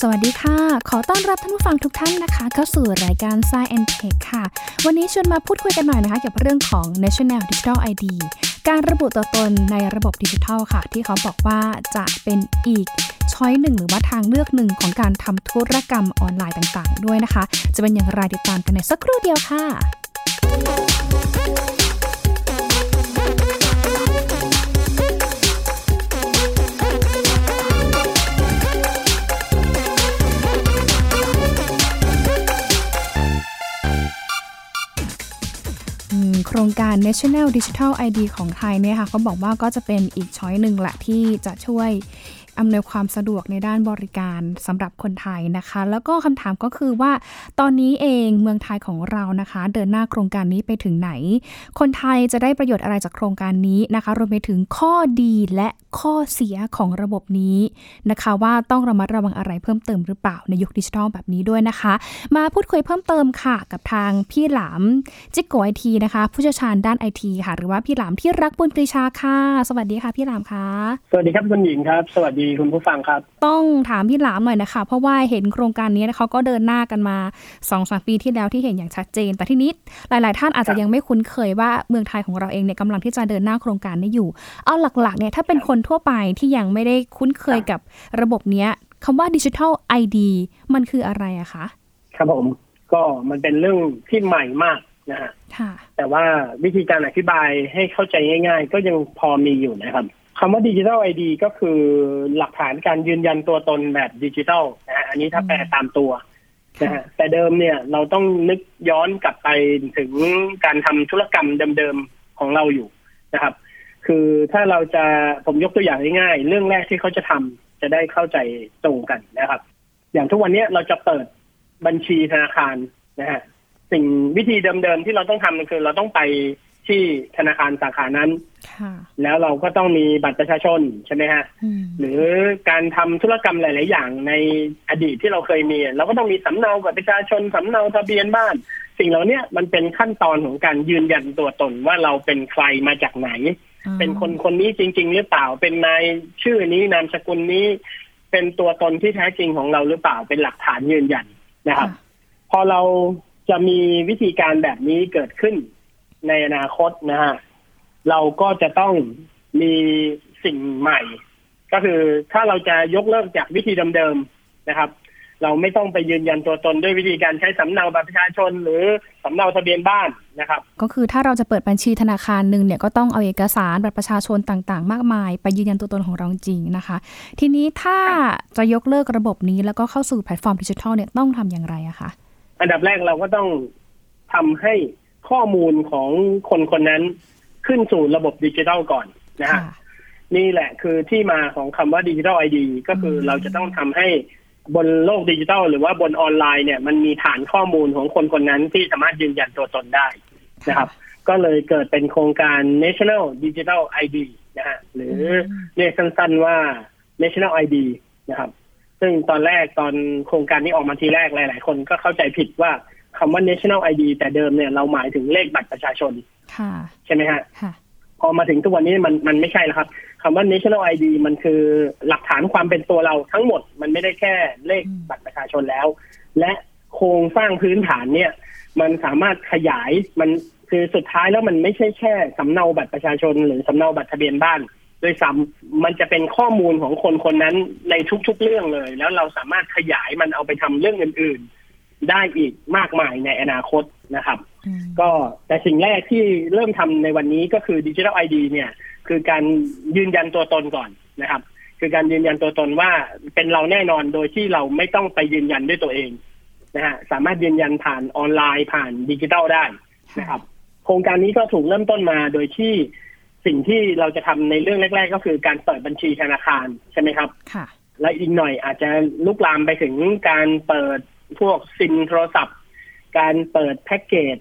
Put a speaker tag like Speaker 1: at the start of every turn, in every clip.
Speaker 1: สวัสดีค่ะ ขอต้อนรับท่านผู้ฟังทุกท่านนะคะ เข้าสู่รายการ s ซ i e and Tech ค่ะ วันนี้ชวนมาพูดคุยกันหน่อยนะคะเกี่ยวกับเรื่องของ National Digital ID การระบุตัวตนในระบบดิจิทัลค่ะ ที่เขาบอกว่าจะเป็นอีกช้อยหนึ่งหรือว่าทางเลือกหนึ่งของการทำธุรกรรมออนไลน์ต่างๆ ด้วยนะคะ จะเป็นอย่างไรติดตามกันในสักครู่เดียวค่ะ อืมโครงการ National Digital ID ของไทยเนี่ยค่ะเขาบอกว่าก็จะเป็นอีกช้อยหนึ่งแหละที่จะช่วยอำนวยความสะดวกในด้านบริการสำหรับคนไทยนะคะ แล้วก็คำถามก็คือว่า ตอนนี้เองเมืองไทยของเรานะคะ เดินหน้าโครงการนี้ไปถึงไหน คนไทยจะได้ประโยชน์อะไรจากโครงการนี้นะคะรวมไปถึงข้อดีและข้อเสียของระบบนี้นะคะ ว่าต้องระมัดระวังอะไรเพิ่มเติมหรือเปล่าในยุคดิจิทัลแบบนี้ด้วยนะคะ มาพูดคุยเพิ่มเติมค่ะ กับทางพี่หลามจิกโกไอทีนะคะ ผู้เชี่ยวชาญด้านไอทีค่ะ หรือว่าพี่หลามที่รักบุญปรีชาค่ะ สวัสดีค่ะพี่หลามค่ะ
Speaker 2: สวัสดีครับคุณหญิงครับ สวัสดีคุณผู้ฟังครับ
Speaker 1: ต้องถามพี่หลามหน่อยนะคะ เพราะว่าเห็นโครงการนี้นะเขาก็เดินหน้ากันมา2อสปีที่แล้วที่เห็นอย่างชัดเจน แต่ที่นี้หลาย ๆ ท่านอาจจะยังไม่คุ้นเคยว่าเมืองไทยของเราเองเนี่ยกำลังที่จะเดินหน้าโครงการนี้อยู่ เอาหลัก ๆ เนี่ยถ้าเป็นคนทั่วไปที่ยังไม่ได้คุ้นเคยกับระบบเนี้ยคำว่าดิจิทัลไอดีมันคืออะไรอะคะ
Speaker 2: ครับผมก็มันเป็นเรื่องที่ใหม่มากนะฮะ
Speaker 1: ค่ะ
Speaker 2: แต่ว่าวิธีการอธิบายให้เข้าใจง่าย ๆ ก็ยังพอมีอยู่นะครับคำว่าดิจิทัลไอดีก็คือหลักฐานการยืนยันตัวตนแบบดิจิทัลนะฮะอันนี้ถ้าแปลตามตัวนะฮะแต่เดิมเนี่ยเราต้องนึกย้อนกลับไปถึงการทำธุรกรรมเดิมๆของเราอยู่นะครับ คือถ้าเราจะผมยกตัวอย่างง่ายๆเรื่องแรกที่เขาจะทำจะได้เข้าใจตรงกันนะครับ อย่างทุกวันเนี้ยเราจะเปิดบัญชีธนาคารนะฮะสิ่งวิธีเดิมๆที่เราต้องทำคือเราต้องไปที่ธนาคารสาขานั้น
Speaker 1: ค่ะ
Speaker 2: แล้วเราก็ต้องมีบัตรประชาชนใช่ไหมฮะ
Speaker 1: อืม
Speaker 2: หรือการทำธุรกรรมหลาย ๆ อย่างในอดีตที่เราเคยมีเราก็ต้องมีสำเนาบัตรประชาชนสำเนาทะเบียนบ้าน สิ่งเหล่าเนี้ยมันเป็นขั้นตอนของการยืนยันตัวตนว่าเราเป็นใครมาจากไหน เป็นคนคนนี้จริง ๆ หรือเปล่า เป็นนายชื่อนี้นามสกุลนี้ เป็นตัวตนที่แท้จริงของเราหรือเปล่า เป็นหลักฐานยืนยันนะครับ พอเราจะมีวิธีการแบบนี้เกิดขึ้นในอนาคตนะฮะเราก็จะต้องมีสิ่งใหม่ ก็คือถ้าเราจะยกเลิกจากวิธีเดิมๆนะครับ เราไม่ต้องไปยืนยันตัวตนด้วยวิธีการใช้สำเนาบัตรประชาชน หรือสำเนาทะเบียนบ้านนะครับ
Speaker 1: ก็คือถ้าเราจะเปิดบัญชีธนาคารหนึ่งเนี่ยก็ต้องเอาเอกสารบัตรประชาชนต่างๆ มากมาย ไปยืนยันตัวตนของเราจริงนะคะ ทีนี้ถ้าจะยกเลิกระบบนี้แล้วก็เข้าสู่แพลตฟอร์มดิจิทัลเนี่ยต้องทำอย่างไรอะคะ
Speaker 2: อันดับแรกเราก็ต้องทำให้ข้อมูลของคนคนนั้นขึ้นสู่ระบบดิจิทัลก่อนนะฮะ
Speaker 1: ค่ะ
Speaker 2: นี่แหละคือที่มาของคำว่าดิจิทัลไอดีก็คืออ
Speaker 1: ม
Speaker 2: เราจะต้องทำให้บนโลกดิจิทัลหรือว่าบนออนไลน์เนี่ยมันมีฐานข้อมูลของคนคนนั้นที่สามารถยืนยันตัวตนได้ นะครับ ก็เลยเกิดเป็นโครงการ National Digital ID นะฮะหรืออ
Speaker 1: ม
Speaker 2: เรียกสั้นๆว่า National ID นะครับ ซึ่งตอนแรกตอนโครงการนี้ออกมาทีแรกหลาย ๆ คนก็เข้าใจผิดว่าคำว่า National ID แต่เดิมเนี่ยเราหมายถึงเลขบัตรประชาชน
Speaker 1: ค่ะ
Speaker 2: ใช่ไหมฮะ
Speaker 1: ค่ะ
Speaker 2: พอมาถึงทุกวันนี้มันมันไม่ใช่แล้วครับคำว่า national ID มันคือหลักฐานความเป็นตัวเราทั้งหมดมันไม่ได้แค่เลขบัตรประชาชนแล้ว และโครงสร้างพื้นฐานเนี่ย มันสามารถขยายมันคือสุดท้ายแล้วมันไม่ใช่แค่สำเนาบัตรประชาชน หรือสำเนาบัตรทะเบียนบ้านด้วยซ้ำมันจะเป็นข้อมูลของคนคนนั้นในทุกๆเรื่องเลย แล้วเราสามารถขยายมันเอาไปทำเรื่องอื่น ๆ ได้อีกมากมายในอนาคตนะครับ
Speaker 1: อืม
Speaker 2: ก็แต่สิ่งแรกที่เริ่มทำในวันนี้ก็คือดิจิทัลไอดีเนี่ย คือการยืนยันตัวตนก่อนนะครับ คือการยืนยันตัวตนว่าเป็นเราแน่นอนโดยที่เราไม่ต้องไปยืนยันด้วยตัวเองนะฮะสามารถยืนยันผ่านออนไลน์ผ่านดิจิทัลได้นะครับ โครงการนี้ก็ถูกเริ่มต้นมาโดยที่สิ่งที่เราจะทำในเรื่องแรก ๆ ก็คือการเปิดบัญชีธนาคารใช่ไหมครับ
Speaker 1: ค่ะ
Speaker 2: และอีกหน่อยอาจจะลุกลามไปถึงการเปิดพวกซิมโทรศัพท์ การเปิดแพ็กเกจ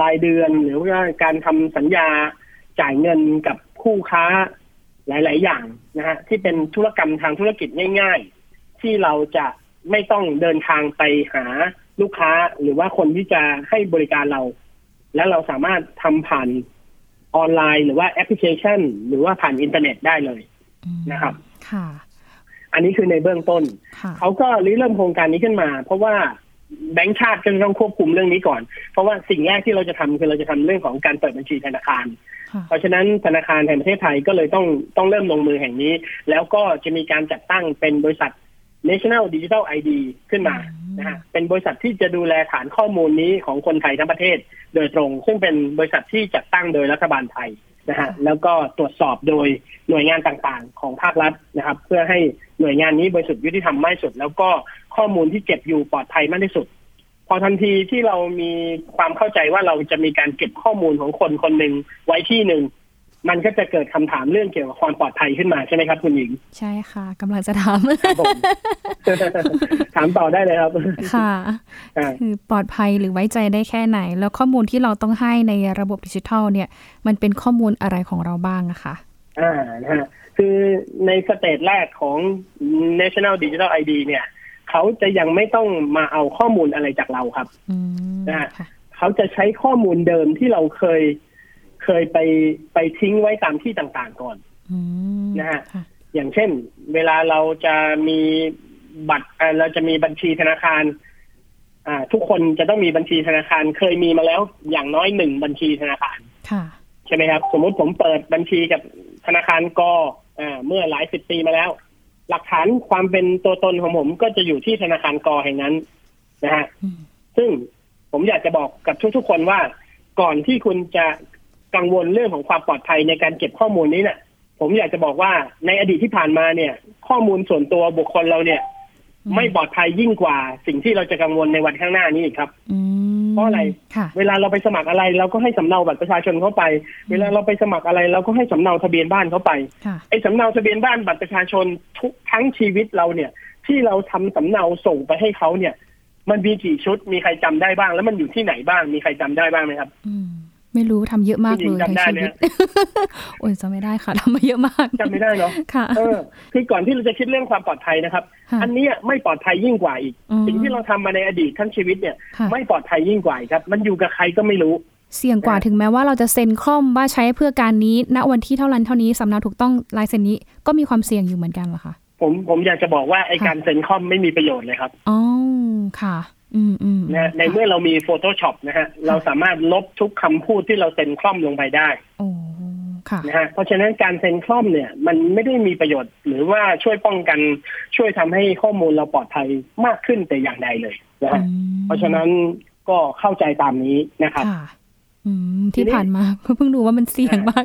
Speaker 2: รายเดือน หรือว่าการทำสัญญาจ่ายเงินกับคู่ค้าหลาย ๆ อย่างนะฮะที่เป็นธุรกรรมทางธุรกิจง่าย ๆ ที่เราจะไม่ต้องเดินทางไปหาลูกค้าหรือว่าคนที่จะให้บริการเรา และเราสามารถทำผ่านออนไลน์ หรือว่าแอปพลิเคชัน หรือว่าผ่านอินเทอร์เน็ตได้เลย
Speaker 1: อืม
Speaker 2: นะครับ
Speaker 1: ค่ะ
Speaker 2: อันนี้คือในเบื้องต้น
Speaker 1: ค่ะ
Speaker 2: เขาก็ริเริ่มโครงการนี้ขึ้นมา เพราะว่าแบงก์ชาติก็จะต้องควบคุมเรื่องนี้ก่อน เพราะว่าสิ่งแรกที่เราจะทำคือเราจะทำเรื่องของการเปิดบัญชีธนาคาร
Speaker 1: ค่ะ
Speaker 2: เพราะฉะนั้นธนาคารแห่งประเทศไทยก็เลยต้องต้องเริ่มลงมือแห่งนี้ แล้วก็จะมีการจัดตั้งเป็นบริษัท National Digital ID ขึ้นมานะฮะเป็นบริษัทที่จะดูแลฐานข้อมูลนี้ของคนไทยทั้งประเทศ โดยตรง ซึ่งเป็นบริษัทที่จัดตั้งโดยรัฐบาลไทยนะฮะแล้วก็ตรวจสอบโดยหน่วยงานต่างๆ ของภาครัฐนะครับ เพื่อให้หน่วยงานนี้บริสุทธิ์ยุติธรรมมากที่สุด แล้วก็ข้อมูลที่เก็บอยู่ปลอดภัยมากที่สุด พอทันทีที่เรามีความเข้าใจว่าเราจะมีการเก็บข้อมูลของคนคนหนึ่งไว้ที่หนึ่งมันก็จะเกิดคำถามเรื่องเกี่ยวกับความปลอดภัยขึ้นมาใช่ไหมครับคุณหญิง
Speaker 1: ใช่ค่ะกำลังจะถาม
Speaker 2: ครับผม ถามต่อได้เลยครับ
Speaker 1: ค่ะ
Speaker 2: อ่า
Speaker 1: คือปลอดภัยหรือไว้ใจได้แค่ไหน แล้วข้อมูลที่เราต้องให้ในระบบดิจิทัลเนี่ย มันเป็นข้อมูลอะไรของเราบ้างอะคะ
Speaker 2: อ่านะฮะคือในสเตจแรกของ National Digital ID เนี่ย เขาจะยังไม่ต้องมาเอาข้อมูลอะไรจากเราครับ
Speaker 1: อืม
Speaker 2: ได้
Speaker 1: ค่ะ
Speaker 2: เขาจะใช้ข้อมูลเดิมที่เราเคยเคยไปไปทิ้งไว้ตามที่ต่างๆก่อน
Speaker 1: อืม
Speaker 2: นะฮะ
Speaker 1: ค่ะ
Speaker 2: อย่างเช่น เวลาเราจะมีบัตรเอ่อเราจะมีบัญชีธนาคาร อ่า ทุกคนจะต้องมีบัญชีธนาคารเคยมีมาแล้วอย่างน้อยหนึ่งบัญชีธนาคาร
Speaker 1: ค่ะ
Speaker 2: ใช่ไหมครับ สมมุติผมเปิดบัญชีกับธนาคารกอ่าเมื่อหลายสิบปีมาแล้ว หลักฐานความเป็นตัวตนของผมก็จะอยู่ที่ธนาคารกแห่งนั้นนะฮะ
Speaker 1: อืม
Speaker 2: ซึ่งผมอยากจะบอกกับทุก ๆ คนว่า ก่อนที่คุณจะกังวลเรื่องของความปลอดภัยในการเก็บข้อมูลนี้เนี่ยผมอยากจะบอกว่าในอดีตที่ผ่านมาเนี่ย ข้อมูลส่วนตัวบุคคลเราเนี่ย ไม่ปลอดภัยยิ่งกว่า สิ่งที่เราจะกังวลในวันข้างหน้านี้อีกครับ
Speaker 1: อืม
Speaker 2: เพราะอะไร
Speaker 1: ค่ะ
Speaker 2: เวลาเราไปสมัครอะไรเราก็ให้สำเนาบัตรประชาชนเข้าไป เวลาเราไปสมัครอะไรเราก็ให้สำเนาทะเบียนบ้านเข้าไป
Speaker 1: ค่ะ
Speaker 2: ไอ้สำเนาทะเบียนบ้านบัตรประชาชนทุกทั้งชีวิตเราเนี่ย ที่เราทำสำเนาส่งไปให้เขาเนี่ย มันมีกี่ชุดมีใครจำได้บ้าง แล้วมันอยู่ที่ไหนบ้างมีใครจำได้บ้างไหมครับ
Speaker 1: อืมไม่รู้ทำเยอะมาก
Speaker 2: ผู้
Speaker 1: เลย
Speaker 2: หญิง
Speaker 1: ทั้ง
Speaker 2: จำได้
Speaker 1: ชี
Speaker 2: ไหม
Speaker 1: วิต
Speaker 2: ฮะ
Speaker 1: โอ้ยจำไม่ได้ค่ะทำมาเยอะมาก
Speaker 2: จำไม่ได้ เนาะ
Speaker 1: ค่ะ
Speaker 2: เออ คือก่อนที่เราจะคิดเรื่องความปลอดภัยนะครับ
Speaker 1: ค่ะ
Speaker 2: อันเนี้ยไม่ปลอดภัยยิ่งกว่าอีก
Speaker 1: อืม
Speaker 2: สิ่งที่เราทำมาในอดีตทั้งชีวิตเนี่ย
Speaker 1: ค่ะ
Speaker 2: ไม่ปลอดภัยยิ่งกว่าอีกครับ มันอยู่กับใครก็ไม่รู้
Speaker 1: เสี่ยงกว่า
Speaker 2: เออ
Speaker 1: ถึงแม้ว่าเราจะเซ็นคล่อมว่าใช้เพื่อการนี้ ณวันที่เท่านั้นเท่านี้สำเนาถูกต้องลายเซ็นนี้ก็มีความเสี่ยงอยู่เหมือนกันเหรอคะ
Speaker 2: ผมผมอยากจะบอกว่าไอ้
Speaker 1: ค่ะ
Speaker 2: การเซ็นคอมไม่มีประโยชน์เลยครับ
Speaker 1: อ๋อค่ะ อืมอืม
Speaker 2: นะฮะในเมื่อเรามี Photoshop นะฮะเราสามารถลบทุกคำพูดที่เราเซ็นคล่อมลงไปได้
Speaker 1: โอ้ค่ะ
Speaker 2: นะฮะเพราะฉะนั้นการเซ็นคล่อมเนี่ย มันไม่ได้มีประโยชน์ หรือว่าช่วยป้องกันช่วยทำให้ข้อมูลเราปลอดภัยมากขึ้นแต่อย่างใดเลยนะฮะ
Speaker 1: อืม
Speaker 2: เพราะฉะนั้นก็เข้าใจตามนี้นะครับ
Speaker 1: ค่ะ อืม
Speaker 2: ที
Speaker 1: ที่
Speaker 2: นี้
Speaker 1: ผ่านมา ก็เพิ่งรู้ว่ามันเสี่ยงมาก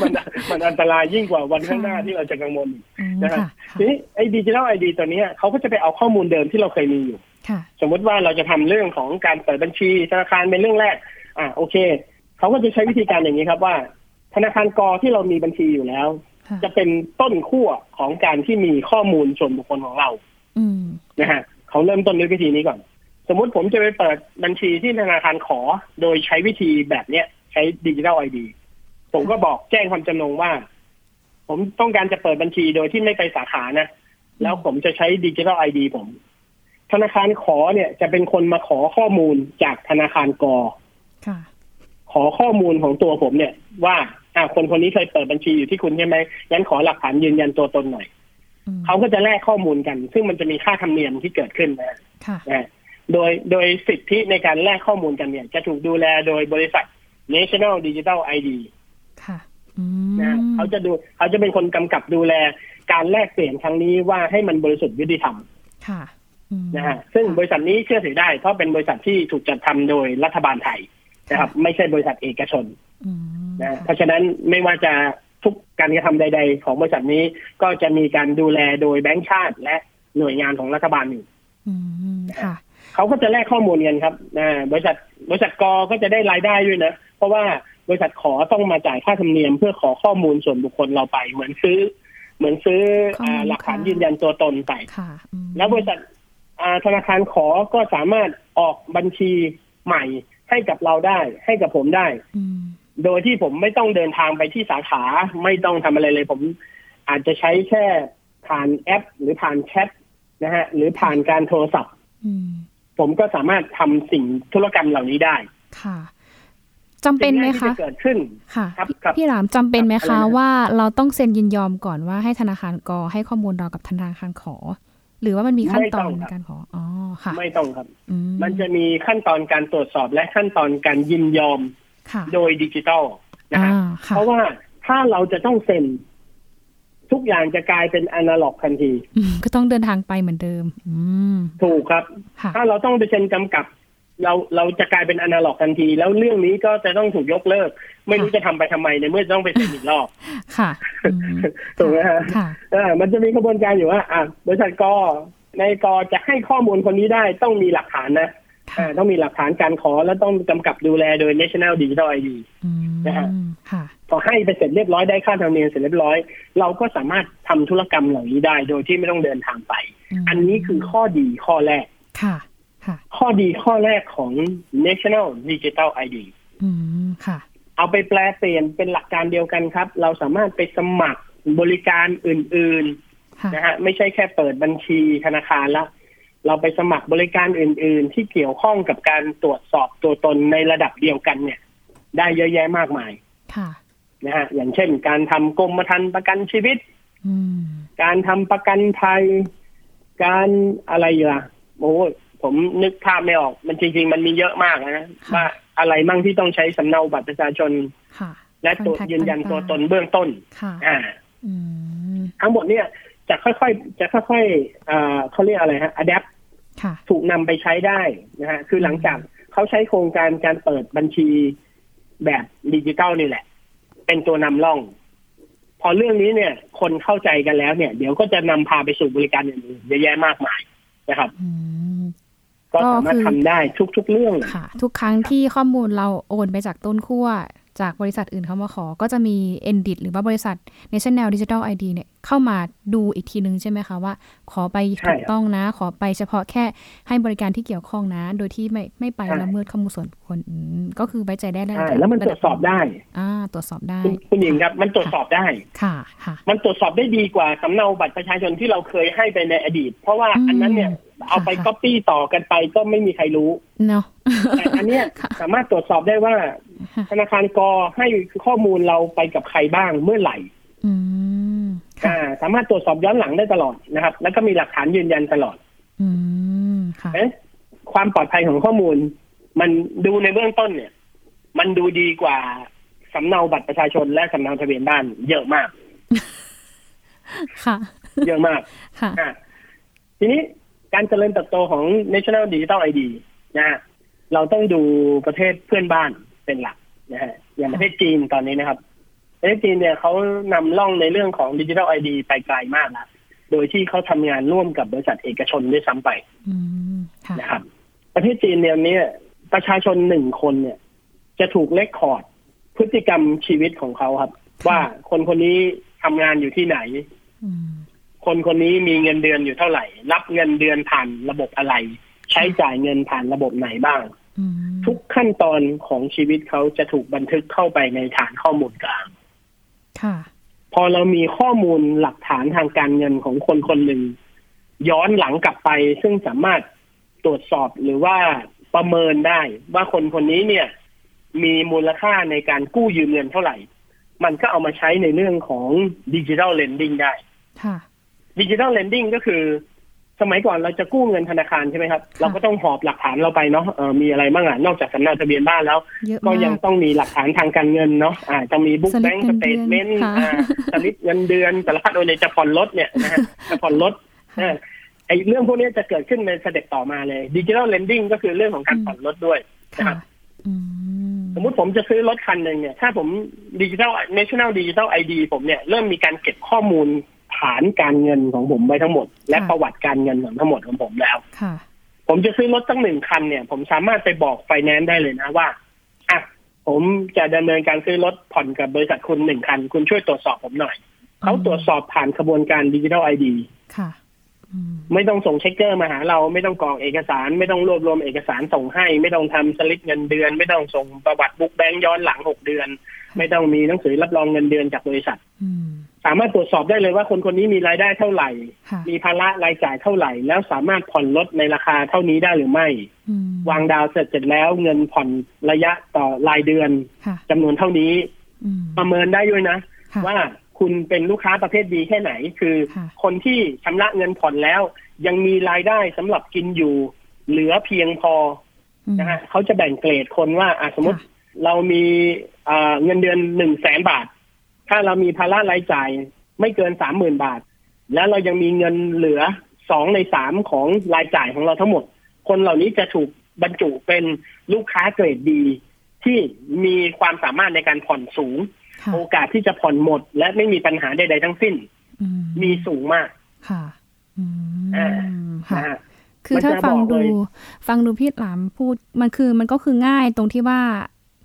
Speaker 2: มันมันอันตรายยิ่งกว่าวันข้างหน้าที่เราจะกังวลอีก
Speaker 1: อืม
Speaker 2: นะฮะ
Speaker 1: ค่ะ
Speaker 2: ทีนี้ไอ้ดิจิทัลไอดีตัวเนี้ยเขาก็จะไปเอาข้อมูลเดิมที่เราเคยมีอยู่
Speaker 1: ค่ะ
Speaker 2: สมมติว่าเราจะทำเรื่องของการเปิดบัญชีธนาคารเป็นเรื่องแรก อ่าโอเค เขาก็จะใช้วิธีการอย่างนี้ครับว่า ธนาคารกอที่เรามีบัญชีอยู่แล้ว
Speaker 1: ค่ะ
Speaker 2: จะเป็นต้นขั้วของการที่มีข้อมูลส่วนบุคคลของเรา
Speaker 1: อืม
Speaker 2: นะฮะเขาเริ่มต้นด้วยวิธีนี้ก่อน สมมติผมจะไปเปิดบัญชีที่ธนาคารขอโดยใช้วิธีแบบเนี้ยใช้ดิจิทัลไอดีผมก็บอกแจ้งความจำนงว่า ผมต้องการจะเปิดบัญชีโดยที่ไม่ไปสาขานะ แล้วผมจะใช้ดิจิทัลไอดีผม ธนาคารขอเนี่ยจะเป็นคนมาขอข้อมูลจากธนาคารกอ
Speaker 1: ค่ะ
Speaker 2: ขอข้อมูลของตัวผมเนี่ย ว่าอ่าคนคนนี้เคยเปิดบัญชีอยู่ที่คุณใช่ไหมงั้นขอหลักฐานยืนยันตัวตนหน่อย
Speaker 1: อืม
Speaker 2: เขาก็จะแลกข้อมูลกัน ซึ่งมันจะมีค่าธรรมเนียมที่เกิดขึ้นนะ
Speaker 1: ค่ะ
Speaker 2: นะโดยโดยสิทธิในการแลกข้อมูลกันเนี่ย จะถูกดูแลโดยบริษัท National Digital ID
Speaker 1: ค่ะ อืม
Speaker 2: นะเขาจะดูเขาจะเป็นคนกำกับดูแลการแลกเปลี่ยนครั้งนี้ว่าให้มันบริสุทธิ์ยุติธรรม
Speaker 1: ค่ะอืม
Speaker 2: นะฮะซึ่งบริษัทนี้เชื่อถือได้ เพราะเป็นบริษัทที่ถูกจัดทำโดยรัฐบาลไทยนะครับ ไม่ใช่บริษัทเอกชน
Speaker 1: อืม
Speaker 2: นะฮะเพ
Speaker 1: ค่ะ
Speaker 2: ราะฉะนั้นไม่ว่าจะทุกการกระทำใด ๆ ของบริษัทนี้ก็จะมีการดูแลโดยแบงก์ชาติและหน่วยงานของรัฐบาลอยู่
Speaker 1: อืมค่ะ
Speaker 2: เขาก็จะแลกข้อมูลกันครับนะบริษัทบริษัทกอก็จะได้รายได้ด้วยนะ เพราะว่าบริษัทขอต้องมาจ่ายค่าธรรมเนียมเพื่อขอข้อมูลส่วนบุคคลเราไป เหมือนซื้อ เหมือนซื้ออ่าหลักฐานยืนยันตัวตนไป
Speaker 1: ค่ะอืม
Speaker 2: แล้วบริษัทอ่าธนาคารขอก็สามารถออกบัญชีใหม่ให้กับเราได้ ให้กับผมได้
Speaker 1: อืม
Speaker 2: โดยที่ผมไม่ต้องเดินทางไปที่สาขาไม่ต้องทำอะไรเลยผม อาจจะใช้แค่ผ่านแอป หรือผ่านแชทนะฮะหรือผ่านการโทรศัพท์
Speaker 1: อืม
Speaker 2: ผมก็สามารถทำสิ่งธุรกรรมเหล่านี้ได้
Speaker 1: ค่ะ จำเป็นไหม
Speaker 2: สิ่งแรกที่
Speaker 1: คะ
Speaker 2: จะเกิดขึ้น
Speaker 1: ค่ะ
Speaker 2: ครับ
Speaker 1: พี่
Speaker 2: ครับ
Speaker 1: พี่หลามจำเป็นไหม
Speaker 2: ครับ
Speaker 1: คะ
Speaker 2: อะไรนะครับ
Speaker 1: ว่าเราต้องเซ็นยินยอมก่อนว่าให้ธนาคารกอให้ข้อมูลเรากับธนาคารขอ หรือว่ามันมีขั้นตอนในการขออ๋อค่ะ
Speaker 2: ไม่ต้องครับ
Speaker 1: อื
Speaker 2: มันจะมีขั้นตอนการตรวจสอบและขั้นตอนการยินยอม
Speaker 1: ค่ะ
Speaker 2: โดยดิจิตอลนะ
Speaker 1: อ่า
Speaker 2: ฮะ
Speaker 1: ค่ะ
Speaker 2: เพราะว่าถ้าเราจะต้องเซ็น ทุกอย่างจะกลายเป็นอนาล็อกทันที
Speaker 1: อืมก็ต้องเดินทางไปเหมือนเดิม อืม
Speaker 2: ถูกครับ
Speaker 1: ค่ะ
Speaker 2: ถ้าเราต้องไปเซ็นกำกับ เราเราจะกลายเป็นอนาล็อกทันที แล้วเรื่องนี้ก็จะต้องถูกยกเลิก ไม่รู้จะทำไปทำไมในเมื่อจะต้องไปเซ็นอีกรอบ
Speaker 1: ค่ะอืม
Speaker 2: ถูกไหมฮะ
Speaker 1: ค่ะ
Speaker 2: เออมันจะมีกระบวนการอยู่ว่าอ่ะบริษัทกอในกอจะให้ข้อมูลคนนี้ได้ต้องมีหลักฐานนะ
Speaker 1: ค่ะ
Speaker 2: อ่าต้องมีหลักฐานการขอและต้องกำกับดูแลโดย National Digital ID
Speaker 1: อื
Speaker 2: นะฮะ
Speaker 1: มค่ะ
Speaker 2: พอให้ไปเสร็จเรียบร้อยได้ค่าธรรมเนียมเสร็จเรียบร้อย เราก็สามารถทำธุรกรรมเหล่านี้ได้โดยที่ไม่ต้องเดินทางไป
Speaker 1: ม
Speaker 2: อันนี้คือข้อดีข้อแรก
Speaker 1: ค่ะค่ะ
Speaker 2: ข้อดีข้อแรกของ National Digital ID
Speaker 1: อืมค่ะ
Speaker 2: เอาไปแปลเปลี่ยนเป็นหลักการเดียวกันครับ เราสามารถไปสมัครบริการอื่น ๆ
Speaker 1: ค่ะ
Speaker 2: นะฮะไม่ใช่แค่เปิดบัญชีธนาคารละเราไปสมัครบริการอื่น ๆ ที่เกี่ยวข้องกับการตรวจสอบตัวตนในระดับเดียวกันเนี่ย ได้เยอะแยะมากมาย
Speaker 1: ค่ะ
Speaker 2: นะฮะอย่างเช่น การทำกรมธรรม์ประกันชีวิต
Speaker 1: อืม
Speaker 2: การทำประกันภัย การอะไรล่ะโอ้ยผมนึกภาพไม่ออก มันจริง ๆ มันมีเยอะมากนะว่าอะไรมั่งที่ต้องใช้สำเนาบัตรประชาชน
Speaker 1: ค่ะ
Speaker 2: และตัวยืนยันตัวตนเบื้องต้น
Speaker 1: ค่ะ
Speaker 2: อ่า
Speaker 1: อืม
Speaker 2: ทั้งหมดเนี่ยจะค่อยๆ จะค่อยๆเอ่อเขาเรียกอะไรฮะ adapt
Speaker 1: ค่ะ
Speaker 2: ถูกนำไปใช้ได้นะฮะ คือหลังจากเขาใช้โครงการการเปิดบัญชีแบบดิจิตัลนี่แหละ เป็นตัวนำร่อง พอเรื่องนี้เนี่ย คนเข้าใจกันแล้วเนี่ย เดี๋ยวก็จะนำพาไปสู่บริการอื่นๆเยอะแยะมากมายนะครับ
Speaker 1: อืม
Speaker 2: ก็
Speaker 1: ก็คือ
Speaker 2: สามารถทำได้ทุก ๆ เรื่องเลย
Speaker 1: ค่ะ ทุกครั้งที่ข้อมูลเราโอนไปจากต้นขั้วจากบริษัทอื่นเข้ามาขอ ก็จะมี e n d i t หรือว่าบริษัท National Digital ID เนี่ยเข้ามาดูอีกทีนึงใช่ไหมคะว่า ขอไปถูกต้องนะ ขอไปเฉพาะแค่ให้บริการที่เกี่ยวข้องนะ โดยที่ไม่ไม่ไปละเมิดข้อมูลส่วนบุคคลอืมก็คือไว้ใจได้ระดั
Speaker 2: ใช่
Speaker 1: บ
Speaker 2: แล้วมันตรวจสอบได้
Speaker 1: อ่าตรวจสอบได้
Speaker 2: คุณคุณหญิงครับ มันตรวจสอบได้
Speaker 1: ค่ะค่ะ
Speaker 2: มันตรวจสอบได้ดีกว่าสำเนาบัตรประชาชนที่เราเคยให้ไปในอดีต เพราะว่าอันนั้นเนี่ย
Speaker 1: อืม
Speaker 2: เอาไป
Speaker 1: ค่ะ
Speaker 2: ก๊อปปี้ต่อกันไปก็ไม่มีใครรู้
Speaker 1: เนาะ
Speaker 2: แต่อันเนี้ย
Speaker 1: ค่ะ
Speaker 2: สามารถตรวจสอบได้ว่า ธนาคารกอให้ข้อมูลเราไปกับใครบ้างเมื่อไหร่
Speaker 1: อืมค่ะ
Speaker 2: อ่าสามารถตรวจสอบย้อนหลังได้ตลอดนะครับ แล้วก็มีหลักฐานยืนยันตลอด
Speaker 1: อืมค่ะ
Speaker 2: เอ๊ะความปลอดภัยของข้อมูล มันดูในเบื้องต้นเนี่ย มันดูดีกว่าสำเนาบัตรประชาชนและสำเนาทะเบียนบ้าน เยอะมาก
Speaker 1: ค่ะ
Speaker 2: เยอะมาก
Speaker 1: ค่ะ
Speaker 2: อ่าทีนี้การเจริญเติบโตของ National Digital ID นะฮะเราต้องดูประเทศเพื่อนบ้านเป็นหลักนะฮะอย่างประเทศจีนตอนนี้นะครับ ประเทศจีนเนี่ยเขานำร่องในเรื่องของดิจิทัลไอดีไปไกลมากนะโดยที่เขาทำงานร่วมกับบริษัทเอกชนด้วยซ้ำไป
Speaker 1: อืมค่ะ
Speaker 2: นะครับ ประเทศจีนเนี่ยนี้ประชาชนหนึ่งคนเนี่ย จะถูกเลคคอร์ดพฤติกรรมชีวิตของเขาครับ ว่าคนคนนี้ทำงานอยู่ที่ไหน
Speaker 1: อืม
Speaker 2: คนคนนี้มีเงินเดือนอยู่เท่าไหร่ รับเงินเดือนผ่านระบบอะไร ใช้จ่ายเงินผ่านระบบไหนบ้าง
Speaker 1: อืม
Speaker 2: ทุกขั้นตอนของชีวิตเขาจะถูกบันทึกเข้าไปในฐานข้อมูลกลาง
Speaker 1: ค่ะ
Speaker 2: พอเรามีข้อมูลหลักฐานทางการเงินของคนคนหนึ่ง ย้อนหลังกลับไป ซึ่งสามารถตรวจสอบหรือว่าประเมินได้ ว่าคนคนนี้เนี่ย มีมูลค่าในการกู้ยืมเงินเท่าไหร่ มันก็เอามาใช้ในเรื่องของดิจิทัลเลนดิ้งได้
Speaker 1: ค่ะ
Speaker 2: ดิจิทัลเลนดิ้งก็คือ สมัยก่อนเราจะกู้เงินธนาคารใช่ไหมครับ เราก็ต้องหอบหลักฐานเราไปเนาะเออมีอะไรบ้างอ่ะนอกจากสำเนาทะเบียนบ้านแล้ว
Speaker 1: เยอะ
Speaker 2: ก็
Speaker 1: มาก
Speaker 2: ยังต้องมีหลักฐานทางการเงินเนาะอ่าจะมีบุ๊ก
Speaker 1: สลิ
Speaker 2: แบ
Speaker 1: ป
Speaker 2: ง n ์
Speaker 1: เงิ
Speaker 2: ส
Speaker 1: น
Speaker 2: เต
Speaker 1: เดื
Speaker 2: ท
Speaker 1: อน
Speaker 2: เมนต์
Speaker 1: ค่ะ
Speaker 2: อ่าสลิปเงินเดือนสารพัดโดยในจะผ่อนรถเนี่ยนะฮะจะผ่อน รถเออไอเรื่องพวกนี้จะเกิดขึ้นในสเต็ปต่อมาเลยดิจิทัลเลนดิ้งก็คือเรื่องของการผ่อนรถด้วย นะครั
Speaker 1: ค่ะ
Speaker 2: บ
Speaker 1: อืม
Speaker 2: สมมติผมจะซื้อรถคันหนึ่งเนี่ย ถ้าผมดิจิทัลเนชั่นแนลดิจิทัลไอดีผมเนี่ย เริ่มมีการเก็บข้อมูลฐานการเงินของผมไว้ทั้งหมด และประวัติการเงินของทั้งหมดของผมแล้ว
Speaker 1: ค่ะ
Speaker 2: ผมจะซื้อรถตั้งหนึ่งคันเนี่ย ผมสามารถไปบอกไฟแนนซ์ได้เลยนะว่าอ่ะผมจะดำเนินการซื้อรถผ่อนกับบริษัทคุณหนึ่งคัน คุณช่วยตรวจสอบผมหน่อย เขาตรวจสอบผ่านกระบวนการดิจิทัลไอดี
Speaker 1: ค่ะ อืม
Speaker 2: ไม่ต้องส่งเช็คเกอร์มาหาเรา ไม่ต้องกรอกเอกสาร ไม่ต้องรวบรวมเอกสารส่งให้ ไม่ต้องทำสลิปเงินเดือน ไม่ต้องส่งประวัติบุ๊กแบงค์ย้อนหลังหกเดือน ไม่ต้องมีหนังสือรับรองเงินเดือนจากบริษัท
Speaker 1: อืม
Speaker 2: สามารถตรวจสอบได้เลยว่าคนคนนี้มีรายได้เท่าไหร่
Speaker 1: ค่ะ
Speaker 2: มีภาระรายจ่ายเท่าไหร่ แล้วสามารถผ่อนลดในราคาเท่านี้ได้หรือไม่
Speaker 1: อืม
Speaker 2: วางดาวน์เสร็จเสร็จแล้วเงินผ่อนระยะต่อรายเดือน
Speaker 1: ค่ะ
Speaker 2: จำนวนเท่านี้
Speaker 1: อืม
Speaker 2: ประเมินได้ด้วยนะ
Speaker 1: ค่ะ
Speaker 2: ว่าคุณเป็นลูกค้าประเภทดีแค่ไหน คือ
Speaker 1: ค่ะ
Speaker 2: คนที่ชำระเงินผ่อนแล้ว ยังมีรายได้สำหรับกินอยู่ เหลือเพียงพอ
Speaker 1: อืม
Speaker 2: นะฮะเขาจะแบ่งเกรดคนว่าอ่ะสมมติ
Speaker 1: ค่ะ
Speaker 2: เรามีเอ่อเงินเดือนหนึ่งแสนบาท ถ้าเรามีภาระรายจ่ายไม่เกินสามหมื่นบาท แล้วเรายังมีเงินเหลือสองในสามของรายจ่ายของเราทั้งหมด คนเหล่านี้จะถูกบรรจุเป็นลูกค้าเกรดดี ที่มีความสามารถในการผ่อนสูง
Speaker 1: ค่ะ
Speaker 2: โอกาสที่จะผ่อนหมด และไม่มีปัญหาใดๆทั้งสิ้น
Speaker 1: อื
Speaker 2: มีสูงมาก
Speaker 1: ค่ะอืม
Speaker 2: อ่า
Speaker 1: ค่ะ
Speaker 2: นะฮะ
Speaker 1: คือถ้าฟังดู
Speaker 2: มันจะบอกเล
Speaker 1: ฟังดูพี่หลามพูดมันคือมันก็คือง่ายตรงที่ว่า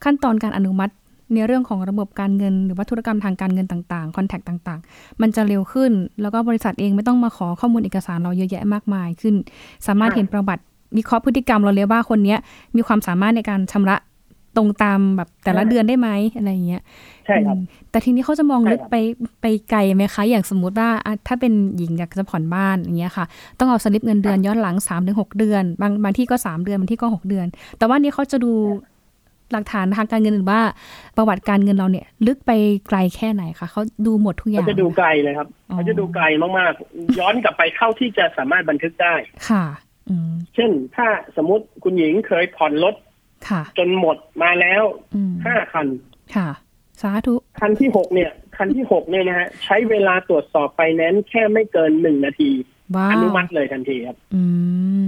Speaker 1: ขั้นตอนการอนุมัติในเรื่องของระบบการเงิน หรือว่าธุรกรรมทางการเงินต่างๆคอนแทคต่างๆ มันจะเร็วขึ้น แล้วก็บริษัทเองไม่ต้องมาขอข้อมูลเอกสารเราเยอะแยะมากมายขึ้น สามารถเห็นประวัติวิเคราะห์พฤติกรรมเราเลยว่าคนเนี้ยมีความสามารถในการชำระตรงตามแบบแต่ละเดือนได้ไหมอะไรอย่างเงี้ย
Speaker 2: ใช่ครับ
Speaker 1: อืมแต่ทีนี้เขาจะมอง
Speaker 2: ใช่
Speaker 1: ลึก
Speaker 2: ครับ
Speaker 1: ไปไปไกลไหมคะ อย่างสมมุติว่าอ่ะถ้าเป็นหญิงอยากจะผ่อนบ้านอย่างเงี้ยค่ะ ต้องเอาสลิปเงินเดือนย้อนหลัง3ามถึงหเดือน บางบางที่ก็ 3 เดือนบางที่ก็ 6 เดือน แต่ว่านี่เขาจะดูหลักฐานทางการเงินหรือว่าประวัติการเงินเราเนี่ย ลึกไปไกลแค่ไหนคะเขาดูหมดทุกอย่า
Speaker 2: เขา
Speaker 1: ง
Speaker 2: จะดูไกลเลยครับ
Speaker 1: อ๋อ
Speaker 2: เขาจะดูไกลมากๆ ย้อนกลับไปเท่าที่จะสามารถบันทึกได้
Speaker 1: ค่ะ อืม
Speaker 2: เช่น ถ้าสมมติคุณหญิงเคยผ่อนรถ
Speaker 1: ค่ะ
Speaker 2: จนหมดมาแล้ว
Speaker 1: อืม
Speaker 2: ห้าคัน
Speaker 1: ค่ะ สาธุ
Speaker 2: คันที่หกเนี่ย คันที่หกเนี่ยนะฮะใช้เวลาตรวจสอบไฟแนนซ์แค่ไม่เกินหนึ่งนาที
Speaker 1: ว้า
Speaker 2: อ
Speaker 1: ว
Speaker 2: นุมัติเลยทันทีครับ
Speaker 1: อืม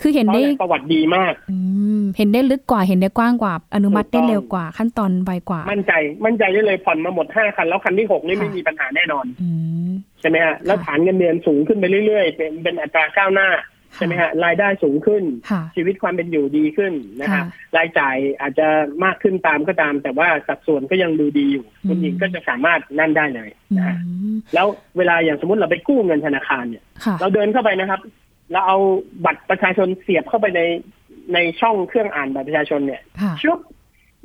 Speaker 1: คือเห็น
Speaker 2: เพราะ
Speaker 1: ได้
Speaker 2: เนี่ยประวัติดีมาก
Speaker 1: อืมเห็นได้ลึกกว่าเห็นได้กว้างกว่า อนุมัติ
Speaker 2: ถู
Speaker 1: ได้
Speaker 2: กต้อง
Speaker 1: เร็วกว่าขั้นตอนไวกว่า
Speaker 2: มั่นใจมั่นใจได้เลยผ่อนมาหมดห้าคัน แล้วคันที่หกนี่
Speaker 1: ค่ะ
Speaker 2: ไม่มีปัญหาแน่นอน
Speaker 1: อืม
Speaker 2: ใช่ไหมฮะแล้ว
Speaker 1: ค่ะ
Speaker 2: ฐานเงินเดือนสูงขึ้นไปเรื่อยๆ เป็นเป็นอัตราก้าวหน้า ใช่ไหมฮะรายได้สูงขึ้น
Speaker 1: ค่ะ
Speaker 2: ชีวิตความเป็นอยู่ดีขึ้นนะ
Speaker 1: ค่ะ
Speaker 2: ฮะรายจ่ายอาจจะมากขึ้นตามก็ตาม แต่ว่าสัดส่วนก็ยังดูดีอยู่
Speaker 1: อืม
Speaker 2: คุณหญิงก็จะสามารถนั่นได้เลย
Speaker 1: อื
Speaker 2: นะฮะ
Speaker 1: ม
Speaker 2: แล้วเวลาอย่างสมมติเราไปกู้เงินธนาคารเนี่ย
Speaker 1: ค่ะ
Speaker 2: เราเดินเข้าไปนะครับ เราเอาบัตรประชาชนเสียบเข้าไปในในช่องเครื่องอ่านบัตรประชาชนเนี่ย
Speaker 1: ค่ะ
Speaker 2: ชุบ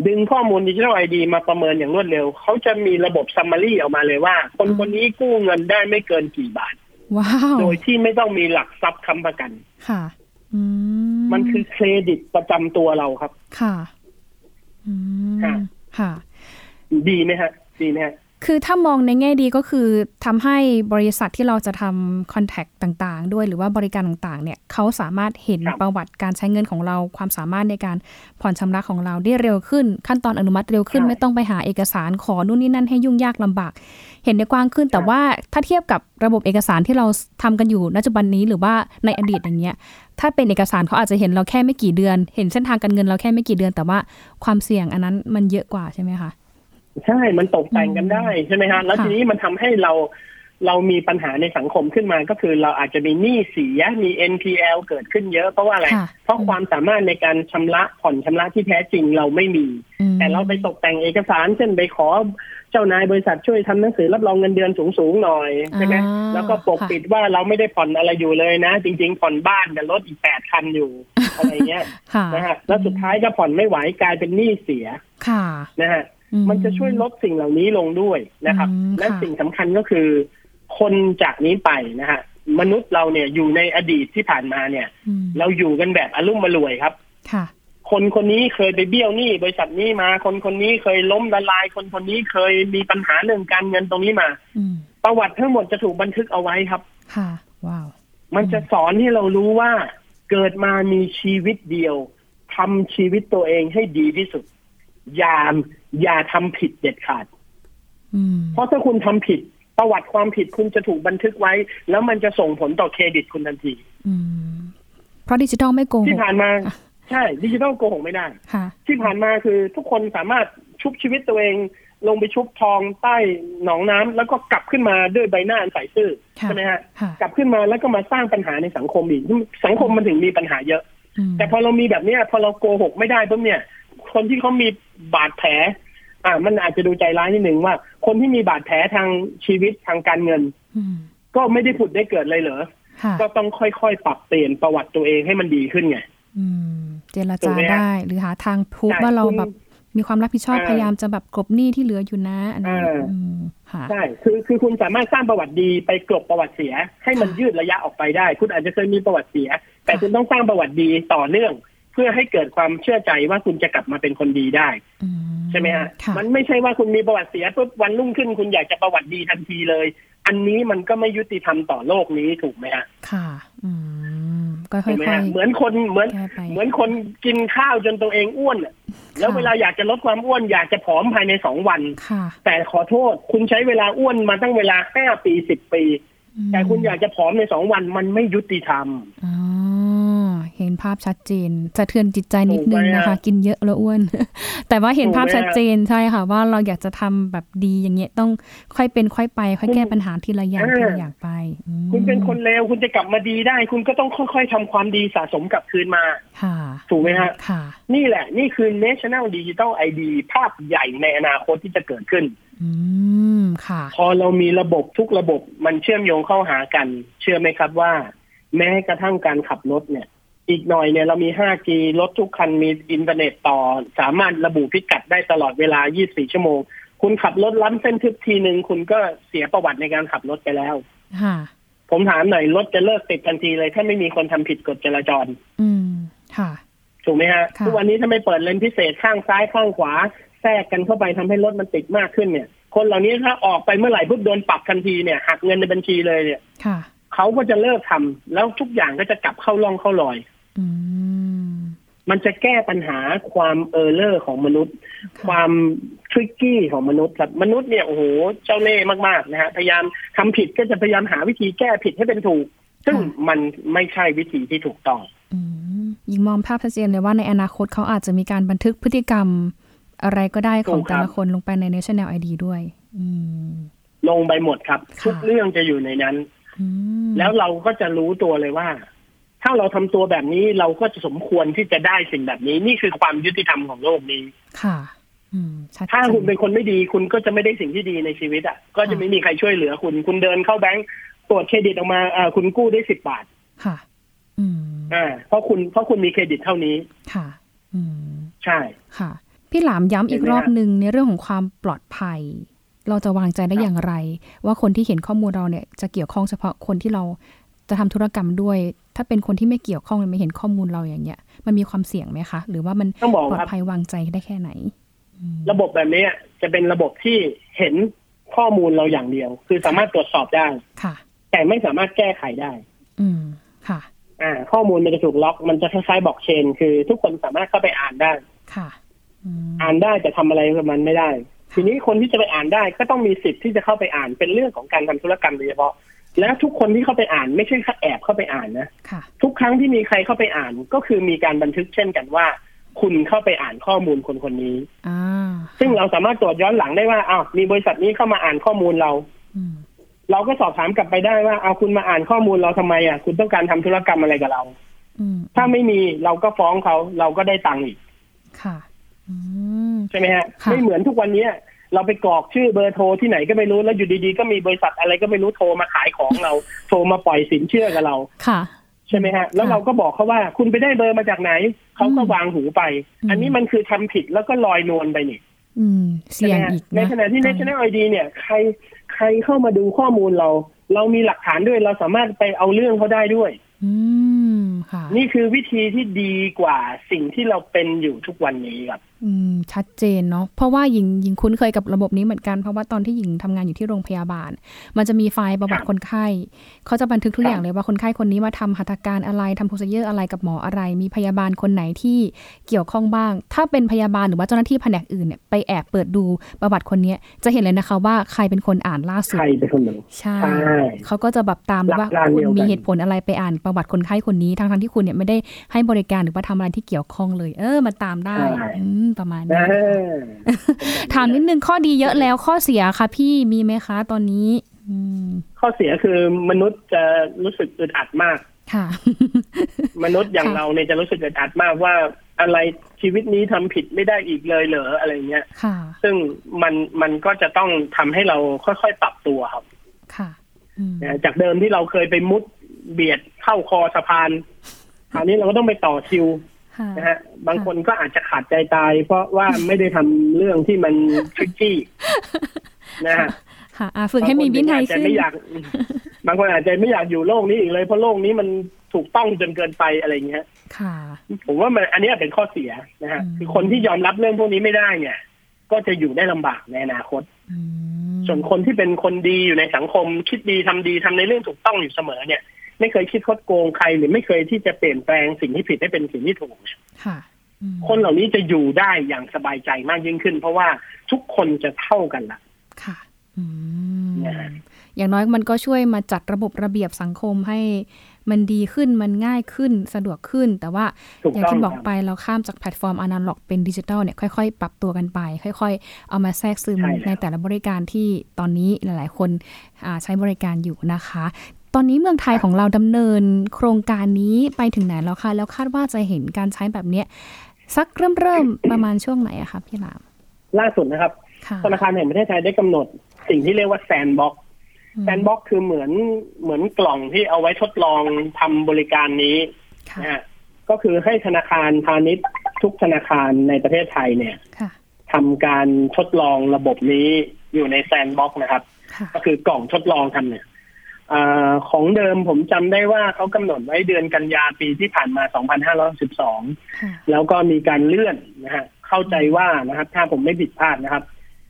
Speaker 2: ดึงข้อมูลดิจิทัลไอดีมาประเมินอย่างรวดเร็ว เขาจะมีระบบซัมมารีออกมาเลยว่า คนคนนี้กู้เงินได้ไม่เกินกี่บาท
Speaker 1: ว้าว
Speaker 2: โดยที่ไม่ต้องมีหลักทรัพย์ค้ำประกัน
Speaker 1: ค่ะอืม
Speaker 2: มันคือเครดิตประจำตัวเราครับ
Speaker 1: ค่ะอื
Speaker 2: ค่ะ
Speaker 1: มค่ะ
Speaker 2: ดีไหมฮะ ดีไหมฮะ
Speaker 1: คือถ้ามองในแง่ดีก็คือทำให้บริษัทที่เราจะทำคอนแทคต่างๆ ด้วยหรือว่าบริการต่างๆ เนี่ยเขาสามารถเห็น
Speaker 2: ครับ
Speaker 1: ประวัติการใช้เงินของเรา ความสามารถในการผ่อนชำระของเราได้เร็วขึ้น ขั้นตอนอนุมัติเร็วขึ้น ไม่ต้องไปหาเอกสารขอนู่นนี่นั่นให้ยุ่งยากลำบาก เห็นได้กว้างขึ้น แต่ว่าถ้าเทียบกับระบบเอกสารที่เราทำกันอยู่ณปัจจุบันนี้หรือว่าในอดีตอย่างเงี้ย ถ้าเป็นเอกสารเขาอาจจะเห็นเราแค่ไม่กี่เดือน เห็นเส้นทางการเงินเราแค่ไม่กี่เดือน แต่ว่าความเสี่ยงอันนั้นมันเยอะกว่าใช่ไหมคะ
Speaker 2: ใช่ มันตกแต่งกันได้ใช่ไหมฮะ แล้ว
Speaker 1: ค่ะ
Speaker 2: ทีนี้มันทำให้เราเรามีปัญหาในสังคมขึ้นมา ก็คือเราอาจจะมีหนี้เสีย มี NPL เกิดขึ้นเยอะ เพราะว่าอะไร
Speaker 1: ค่ะ
Speaker 2: เพราะความสามารถในการชำระผ่อนชำระที่แท้จริงเราไม่มี
Speaker 1: อืม
Speaker 2: แต่เราไปตกแต่งเอกสาร เช่นไปขอเจ้านายบริษัทช่วยทำหนังสือรับรองเงินเดือนสูงๆหน่อยใช่ไหม
Speaker 1: อ่า
Speaker 2: แล้วก็ปกปิดว่าเราไม่ได้ผ่อนอะไรอยู่เลยนะ จริง ๆ ผ่อนบ้านกับรถอีกแปดคันอยู่ อะไรเงี้ ย
Speaker 1: ค่ะ
Speaker 2: นะฮะแล้วสุดท้ายก็ผ่อนไม่ไหวกลายเป็นหนี้เสีย
Speaker 1: ค่ะ
Speaker 2: นะฮะ
Speaker 1: อื
Speaker 2: มันจะช่วยลดสิ่งเหล่านี้ลงด้วยนะครับ
Speaker 1: อืม
Speaker 2: และ
Speaker 1: ค่ะ
Speaker 2: สิ่งสำคัญก็คือ คนจากนี้ไปนะฮะมนุษย์เราเนี่ยอยู่ในอดีตที่ผ่านมาเนี่ย
Speaker 1: อืม
Speaker 2: เราอยู่กันแบบอารมณ์มารวยครับ
Speaker 1: ค่ะ
Speaker 2: คนคนนี้เคยไปเบี้ยวหนี้บริษัทนี้มา คนคนนี้เคยล้มละลาย คนคนนี้เคยมีปัญหาเรื่องการเงินตรงนี้มา
Speaker 1: อืม
Speaker 2: ประวัติทั้งหมดจะถูกบันทึกเอาไว้ครับ
Speaker 1: ค่ะ ว้าว
Speaker 2: มันจะสอนให้เรารู้ว่าเกิดมามีชีวิตเดียวทำชีวิตตัวเองให้ดีที่สุด อย่าอย่าทำผิดเด็ดขาด
Speaker 1: อืม
Speaker 2: เพราะถ้าคุณทำผิดประวัติความผิดคุณจะถูกบันทึกไว้ แล้วมันจะส่งผลต่อเครดิตคุณทันที
Speaker 1: อืมเพราะดิจิทัลไม่โกงห
Speaker 2: ที่
Speaker 1: ก
Speaker 2: ผ่านมา ใช่ดิจิทัลโกหกไม่ได้
Speaker 1: ค่ะ
Speaker 2: ที่ผ่านมาคือทุกคนสามารถชุบชีวิตตัวเอง ลงไปชุบทองใต้หนองน้ำแล้วก็กลับขึ้นมาด้วยใบหน้าอันใสซื่อ
Speaker 1: ค่ะ
Speaker 2: ใช่ไหมฮะ
Speaker 1: ค่ะ
Speaker 2: กลับขึ้นมาแล้วก็มาสร้างปัญหาในสังคมอีกสังคมมันถึงมีปัญหาเยอะ
Speaker 1: อืม
Speaker 2: แต่พอเรามีแบบเนี้ยพอเราโกหกไม่ได้ปุ๊บเนี่ย คนที่เขามีบาดแผล อ่า มันอาจจะดูใจร้ายนิดนึงว่า คนที่มีบาดแผลทางชีวิตทางการเงิน
Speaker 1: อืม
Speaker 2: ก็ไม่ได้ผุดได้เกิดเลยเหรอ
Speaker 1: ค่ะ
Speaker 2: ก็ต้องค่อยๆ ปรับเปลี่ยนประวัติตัวเองให้มันดีขึ้นไง
Speaker 1: อืมเจร
Speaker 2: ถู
Speaker 1: จาก
Speaker 2: ไหมฮะ
Speaker 1: ได้ หรือหาทางพูด
Speaker 2: ใช่
Speaker 1: ว่าเรา
Speaker 2: คุณ
Speaker 1: แบบ มีความรับผิดชอบ
Speaker 2: อ่า
Speaker 1: พยายามจะแบบกลบหนี้ที่เหลืออยู่นะอันนี้
Speaker 2: อ่า
Speaker 1: อืมค่ะ
Speaker 2: ใช่ คือ คือคุณสามารถสร้างประวัติดีไปกลบประวัติเสีย ให้มัน
Speaker 1: ค่ะ
Speaker 2: ยืดระยะออกไปได้ คุณอาจจะเคยมีประวัติเสีย แต่
Speaker 1: ค่ะ
Speaker 2: คุณต้องสร้างประวัติดีต่อเนื่อง เพื่อให้เกิดความเชื่อใจว่าคุณจะกลับมาเป็นคนดีได้
Speaker 1: อื
Speaker 2: ใช่ไหมฮะ
Speaker 1: ค่ะ
Speaker 2: มันไม่ใช่ว่าคุณมีประวัติเสียปุ๊บวันรุ่งขึ้นคุณอยากจะประวัติดีทันทีเลย อันนี้มันก็ไม่ยุติธรรมต่อโลกนี้ถูกไหมฮะ
Speaker 1: ค่ะ อืมก็ค่
Speaker 2: ถู
Speaker 1: อย
Speaker 2: กไหม
Speaker 1: ๆ
Speaker 2: ฮะเหมือนคน เหมือน
Speaker 1: แก้ไป
Speaker 2: เหมือนคนกินข้าวจนตัวเองอ้วนอะแล้วเวลาอยากจะลดความอ้วนอยากจะผอมภายในสองวัน
Speaker 1: ค่ะ
Speaker 2: แต่ขอโทษ คุณใช้เวลาอ้วนมาตั้งเวลาห้าปีสิบปี
Speaker 1: ม
Speaker 2: แต่คุณอยากจะผอมในสองวันมันไม่ยุติธรรม
Speaker 1: อ๋อเห็นภาพชัดเจนสะเทือนจิตใจนิดนึง
Speaker 2: ถูกไหม
Speaker 1: นะคะ
Speaker 2: ฮะ
Speaker 1: กินเยอะแล้วอ้วน แต่ว่าเห็น
Speaker 2: ถูกไหม
Speaker 1: ภาพชัด
Speaker 2: ฮะ
Speaker 1: เจนใช่ค่ะ ว่าเราอยากจะทำแบบดีอย่างเงี้ยต้องค่อยเป็นค่อยไป ค่อยแก้ปัญหาทีละอย่าง
Speaker 2: อ่า
Speaker 1: ทีละอย่างไปอืม
Speaker 2: คุณเป็นคนเลวคุณจะกลับมาดีได้ คุณก็ต้องค่อยๆทำความดีสะสมกลับคืนมา
Speaker 1: ค่ะ
Speaker 2: ถูกไหมฮะ
Speaker 1: ค่ะ
Speaker 2: นี่แหละ นี่คือ National Digital ID ภาพใหญ่ในอนาคตที่จะเกิดขึ้น
Speaker 1: อืมค่ะ
Speaker 2: พอเรามีระบบทุกระบบมันเชื่อมโยงเข้าหากัน เชื่อไหมครับว่า แม้กระทั่งการขับรถเนี่ย อีกหน่อยเนี่ยเรามี 5G รถทุกคันมีอินเทอร์เน็ตต่อ สามารถระบุพิกัดได้ตลอดเวลา 24 ชั่วโมง คุณขับรถล้ำเส้นทึบทีหนึ่งคุณก็เสียประวัติในการขับรถไปแล้ว
Speaker 1: ค่ะ
Speaker 2: ผมถามหน่อยรถจะเลิกติดทันทีเลย ถ้าไม่มีคนทำผิดกฎจราจร
Speaker 1: อืม ค่ะ
Speaker 2: ถูกไหมฮะ
Speaker 1: ค่ะ
Speaker 2: ทุกวันนี้ถ้าไม่เปิดเลนพิเศษข้างซ้ายข้างขวา แทรกกันเข้าไปทำให้รถมันติดมากขึ้นเนี่ย คนเหล่านี้ถ้าออกไปเมื่อไหร่ปุ๊บโดนปรับทันทีเนี่ยหักเงินในบัญชีเลยเนี่ย
Speaker 1: ค่ะ
Speaker 2: เขาก็จะเลิกทำแล้วทุกอย่างก็จะกลับเข้าร่องเข้ารอย
Speaker 1: อืม
Speaker 2: มันจะแก้ปัญหาความเออร์เลอร์ของมนุษย์
Speaker 1: ะ
Speaker 2: ความทริกกี้ของมนุษย์ครับมนุษย์เนี่ยโอ้โหเจ้าเล่ห์มากๆนะฮะพยายามทำผิดก็จะพยายามหาวิธีแก้ผิดให้เป็นถูก ซึ่ง
Speaker 1: ค่ะ
Speaker 2: มันไม่ใช่วิธีที่ถูกต้อง
Speaker 1: อืมยิ่งมองภาพชัดเจนเลยว่าในอนาคตเขาอาจจะมีการบันทึกพฤติกรรม อะไรก็ได้ของ
Speaker 2: ถูกครั
Speaker 1: แต่
Speaker 2: บ
Speaker 1: ละคนลงไปใน National ID ด้วย อืม
Speaker 2: ลงไปหมดครับ
Speaker 1: ค่ะ
Speaker 2: ทุกเรื่องจะอยู่ในนั้น
Speaker 1: อืม
Speaker 2: แล้วเราก็จะรู้ตัวเลยว่า ถ้าเราทำตัวแบบนี้เราก็จะสมควรที่จะได้สิ่งแบบนี้ นี่คือความยุติธรรมของโลกนี้
Speaker 1: ค่ะ อืม ชัด
Speaker 2: ถ้าคุณ
Speaker 1: เจ
Speaker 2: เป็น นคนไม่ดี คุณก็จะไม่ได้สิ่งที่ดีในชีวิตอ่ะก็จะ
Speaker 1: ค่ะ
Speaker 2: ไม่มีใครช่วยเหลือคุณ คุณเดินเข้าแบงก์ตรวจเครดิตออกมาอ่าคุณกู้ได้สิบบาท
Speaker 1: ค่ะ อืม
Speaker 2: อ่าเพราะคุณเพราะคุณมีเครดิตเท่านี้
Speaker 1: ค่ะ อืม
Speaker 2: ใช่
Speaker 1: ค่ะ พี่หลามย้ำอีก
Speaker 2: เห็นไหม
Speaker 1: รอบ
Speaker 2: ฮะ
Speaker 1: หนึ่งในเรื่องของความปลอดภัย เราจะวางใจได้
Speaker 2: ครับ
Speaker 1: อย่างไร ว่าคนที่เห็นข้อมูลเราเนี่ยจะเกี่ยวข้องเฉพาะคนที่เราจะทำธุรกรรมด้วย ถ้าเป็นคนที่ไม่เกี่ยวข้องไม่เห็นข้อมูลเราอย่างเงี้ย มันมีความเสี่ยงไหมคะ หรือว่ามัน
Speaker 2: ต้องบอก
Speaker 1: ปลอ
Speaker 2: ค
Speaker 1: ด
Speaker 2: รับ
Speaker 1: ภัยวางใจได้แค่ไหนอืม
Speaker 2: ระบบแบบนี้อะจะเป็นระบบที่เห็นข้อมูลเราอย่างเดียว คือสามารถตรวจสอบได้
Speaker 1: ค่ะ
Speaker 2: แต่ไม่สามารถแก้ไขได้
Speaker 1: อืม ค่ะ
Speaker 2: อ่า ข้อมูลมันจะถูกล็อก มันจะคล้ายๆบล็อกเชน คือ ทุกคนสามารถเข้าไปอ่านได้
Speaker 1: ค่ะอืม
Speaker 2: อ่านได้แต่ทำอะไรกับมันไม่ได้ ทีนี้คนที่จะไปอ่านได้ก็ต้องมีสิทธิ์ที่จะเข้าไปอ่านเป็นเรื่องของการทำธุรกรรมโดยเฉพาะ และทุกคนที่เข้าไปอ่านไม่ใช่แค่แอบเข้าไปอ่านนะ
Speaker 1: ค่ะ
Speaker 2: ทุกครั้งที่มีใครเข้าไปอ่านก็คือมีการบันทึกเช่นกันว่า คุณเข้าไปอ่านข้อมูลคนคนนี้
Speaker 1: อ่า
Speaker 2: ซึ่งเราสามารถตรวจย้อนหลังได้ว่าอ้าวมีบริษัทนี้เข้ามาอ่านข้อมูลเรา
Speaker 1: อืม
Speaker 2: เราก็สอบถามกลับไปได้ว่าเอาคุณมาอ่านข้อมูลเราทำไมอ่ะคุณต้องการทำธุรกรรมอะไรกับเรา
Speaker 1: อืม
Speaker 2: ถ้าไม่มีเราก็ฟ้องเขาเราก็ได้ตังค์อีก
Speaker 1: ค่ะ อืม
Speaker 2: ใช่ไหมฮะ
Speaker 1: ค่ะ
Speaker 2: ไม่เหมือนทุกวันเนี้ยเราไปกรอกชื่อเบอร์โทรที่ไหนก็ไม่รู้แล้วอยู่ดีๆ ก็มีบริษัทอะไรก็ไม่รู้โทรมาขายของเรา โทรมาปล่อยสินเชื่อกับเรา
Speaker 1: ค่ะ
Speaker 2: ใช่ไหมฮะแล้วเราก็บอกเขาว่าคุณไปได้เบอร์มาจากไหน เขาก็
Speaker 1: อืม
Speaker 2: วางหูไป
Speaker 1: อืม
Speaker 2: อันนี้มันคือทำผิดแล้วก็ลอยนวลไปนี่
Speaker 1: อืม เสี่ยง
Speaker 2: ใช่ไหมฮะ
Speaker 1: อีก
Speaker 2: ใน
Speaker 1: นะ
Speaker 2: ขณะที่ National ID เนี่ยใครใครเข้ามาดูข้อมูลเรา เรามีหลักฐานด้วยเราสามารถไปเอาเรื่องเขาได้ด้วย
Speaker 1: อืม ค่ะ
Speaker 2: นี่คือวิธีที่ดีกว่าสิ่งที่เราเป็นอยู่ทุกวันนี้ครับ
Speaker 1: อืมชัดเจนเนาะเพราะว่าหญิงหญิงคุ้นเคยกับระบบนี้เหมือนกันเพราะว่าตอนที่หญิงทำงานอยู่ที่โรงพยาบาล มันจะมีไฟล์ประวัติ
Speaker 2: ครับ
Speaker 1: คนไข้ เขาจะบันทึกทุก
Speaker 2: ครับ
Speaker 1: อย่างเลยว่าคนไข้คนนี้มาทำหัตถการอะไรทำโพสเยอร์อะไรกับหมออะไร มีพยาบาลคนไหนที่เกี่ยวข้องบ้าง ถ้าเป็นพยาบาลหรือว่าเจ้าหน้าที่แผนกอื่นเนี่ยไปแอบเปิดดูประวัติคนเนี้ยจะเห็นเลยนะคะว่าใครเป็นคนอ่านล่าสุด
Speaker 2: ใครเป็นคนรู้
Speaker 1: ใช่
Speaker 2: ใช่
Speaker 1: เขาก็จะแบบตามเลยว่า
Speaker 2: หลักการ
Speaker 1: คุณ
Speaker 2: เดียวกัน
Speaker 1: มีเหตุผลอะไรไปอ่านประวัติคนไข้คนนี้ทั้งทที่คุณเนี่ยไม่ได้ให้บริการหรือว่าทำอะไรที่เกี่ยวข้องเลย เออมาตามได้อืมประมาณนี้
Speaker 2: อ่า
Speaker 1: นะคะ ถามนิดนึงข้อดีเยอะแล้วข้อเสียค่ะพี่มีไหมคะตอนนี้ อืม
Speaker 2: ข้อเสียคือมนุษย์จะรู้สึกอึดอัดมาก
Speaker 1: ค่ะ
Speaker 2: มนุษย์อย่าง
Speaker 1: ค่ะ
Speaker 2: เราเนี่ยจะรู้สึกอึดอัดมากว่าอะไรชีวิตนี้ทำผิดไม่ได้อีกเลยเหรออะไรเงี้ย
Speaker 1: ค่ะ
Speaker 2: ซึ่งมันมันก็จะต้องทำให้เราค่อยๆปรับตัวครับ
Speaker 1: ค่ะอืม
Speaker 2: นะจากเดิมที่เราเคยไปมุดเบียดเข้าคอสะพานคราวนี้เราก็ต้องไปต่อคิว
Speaker 1: ค่ะ
Speaker 2: นะฮะบางคนก็อาจจะขาดใจตาย เพราะว่าไม่ได้ทำเรื่องที่มันทริกกี้นะฮะ
Speaker 1: ค่ะอ่าฝึกให้มีวินัยขึ้น
Speaker 2: บางคอาจจะไม่อยากบางคนอาจจะไม่อยากอยู่โลกนี้อีกเลย เพราะโลกนี้มันถูกต้องจนเกินไปอะไรอย่างเงี้ย
Speaker 1: ค่ะ
Speaker 2: ผมว่ามันอันเนี้ยเป็นข้อเสียนะฮะ
Speaker 1: อืม
Speaker 2: คือคนที่ยอมรับเรื่องพวกนี้ไม่ได้เนี่ย ก็จะอยู่ได้ลำบากในอนาคต
Speaker 1: อืม
Speaker 2: ส่วนคนที่เป็นคนดีอยู่ในสังคม คิดดีทำดีทำในเรื่องถูกต้องอยู่เสมอเนี่ย ไม่เคยคิดคดโกงใครหรือไม่เคยที่จะเปลี่ยนแปลงสิ่งที่ผิดให้เป็นสิ่งที่ถูกเนี่ย
Speaker 1: ค่ะอืม
Speaker 2: คนเหล่านี้จะอยู่ได้อย่างสบายใจมากยิ่งขึ้น เพราะว่าทุกคนจะเท่ากันละ
Speaker 1: ค่ะอืม
Speaker 2: นะฮะ
Speaker 1: อย่างน้อยมันก็ช่วยมาจัดระบบระเบียบสังคมให้มันดีขึ้นมันง่ายขึ้นสะดวกขึ้น แต่ว่า
Speaker 2: ถูก
Speaker 1: อย่าง
Speaker 2: ต้อง
Speaker 1: ที่
Speaker 2: ค
Speaker 1: บ
Speaker 2: รั
Speaker 1: อบ กไปเราข้ามจากแพลตฟอร์มอนาล็อกเป็นดิจิทัลเนี่ยค่อยๆ ปรับตัวกันไป ค่อยๆ เอามาแทรกซึม
Speaker 2: ใช่แล้ว
Speaker 1: ในแต่ละบริการที่ตอนนี้หลายๆ คนอ่าใช้บริการอยู่นะคะ ตอนนี้เมืองไทยของเราดำเนินโครงการนี้ไปถึงไหนแล้วคะ แล้วคาดว่าจะเห็นการใช้แบบเนี้ยสักเริ่มเริ่ม ประมาณช่วงไหนอะคะพี่หลาม
Speaker 2: ล่าสุดนะครับ
Speaker 1: ค่ะ
Speaker 2: ธนาคารแห่งประเทศไทยได้กำหนดสิ่งที่เรียกว่าแซนบ็อก
Speaker 1: ม
Speaker 2: แซนบ็อกคือเหมือนเหมือนกล่องที่เอาไว้ทดลองทำบริการนี้
Speaker 1: ค่ะ
Speaker 2: นะฮะก็คือให้ธนาคารพาณิชย์ทุกธนาคารในประเทศไทยเนี่ย
Speaker 1: ค่ะ
Speaker 2: ทำการทดลองระบบนี้อยู่ในแซนบ็อกนะครับ
Speaker 1: ค่ะ
Speaker 2: ก็คือกล่องทดลองทำเนี่ยเออของเดิมผมจำได้ว่าเขากำหนดไว้เดือนกันยาปีที่ผ่านมา 2512
Speaker 1: ค่ะ
Speaker 2: แล้วก็มีการเลื่อนนะฮะเข้าใจว่านะครับ ถ้าผมไม่ผิดพลาดนะครับ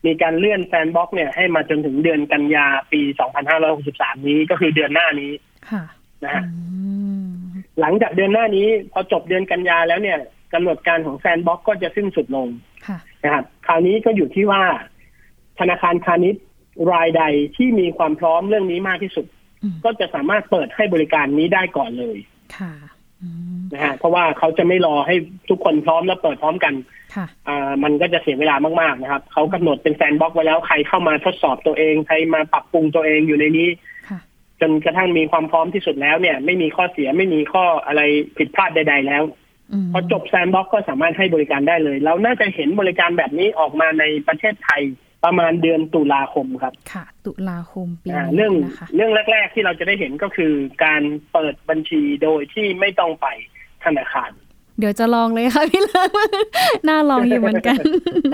Speaker 2: มีการเลื่อนแซนบ็อกเนี่ยให้มาจนถึงเดือนกันยาปี 2563 นี้ก็คือเดือนหน้านี้
Speaker 1: ค่ะ
Speaker 2: นะฮะ
Speaker 1: อืม
Speaker 2: หลังจากเดือนหน้านี้พอจบเดือนกันยาแล้วเนี่ยกำหนดการของแซนบ็อกก็จะสิ้นสุดลง
Speaker 1: ค่ะ
Speaker 2: นะครับคราวนี้ก็อยู่ที่ว่า ธนาคารพาณิชย์รายใดที่มีความพร้อมเรื่องนี้มากที่สุด
Speaker 1: อืม
Speaker 2: ก็จะสามารถเปิดให้บริการนี้ได้ก่อนเลย
Speaker 1: ค่ะอืม
Speaker 2: นะฮะเพราะว่าเขาจะไม่รอให้ทุกคนพร้อมแล้วเปิดพร้อมกัน
Speaker 1: ค่ะ
Speaker 2: อ่ามันก็จะเสียเวลามากๆนะครับ เขากำหนดเป็นแซนด์บ็อกซ์ไว้แล้วใครเข้ามาทดสอบตัวเอง ใครมาปรับปรุงตัวเองอยู่ในนี้
Speaker 1: ค่ะ
Speaker 2: จนกระทั่งมีความพร้อมที่สุดแล้วเนี่ย ไม่มีข้อเสียไม่มีข้ออะไรผิดพลาดใด ๆ แล้ว
Speaker 1: อืม
Speaker 2: พอจบแซนด์บ็อกซ์ก็สามารถให้บริการได้เลย เราน่าจะเห็นบริการแบบนี้ออกมาในประเทศไทยประมาณเดือนตุลาคมครับ
Speaker 1: ค่ะ ตุลาคมปี
Speaker 2: อ่า
Speaker 1: นี้
Speaker 2: เรื่อง
Speaker 1: นะคะ
Speaker 2: เรื่องแรก ๆ ที่เราจะได้เห็นก็คือการเปิดบัญชีโดยที่ไม่ต้องไปธนาคาร
Speaker 1: เดี๋ยวจะลองเลยค่ะ พี่เลิฟ น่าลองอยู่เหมือนกัน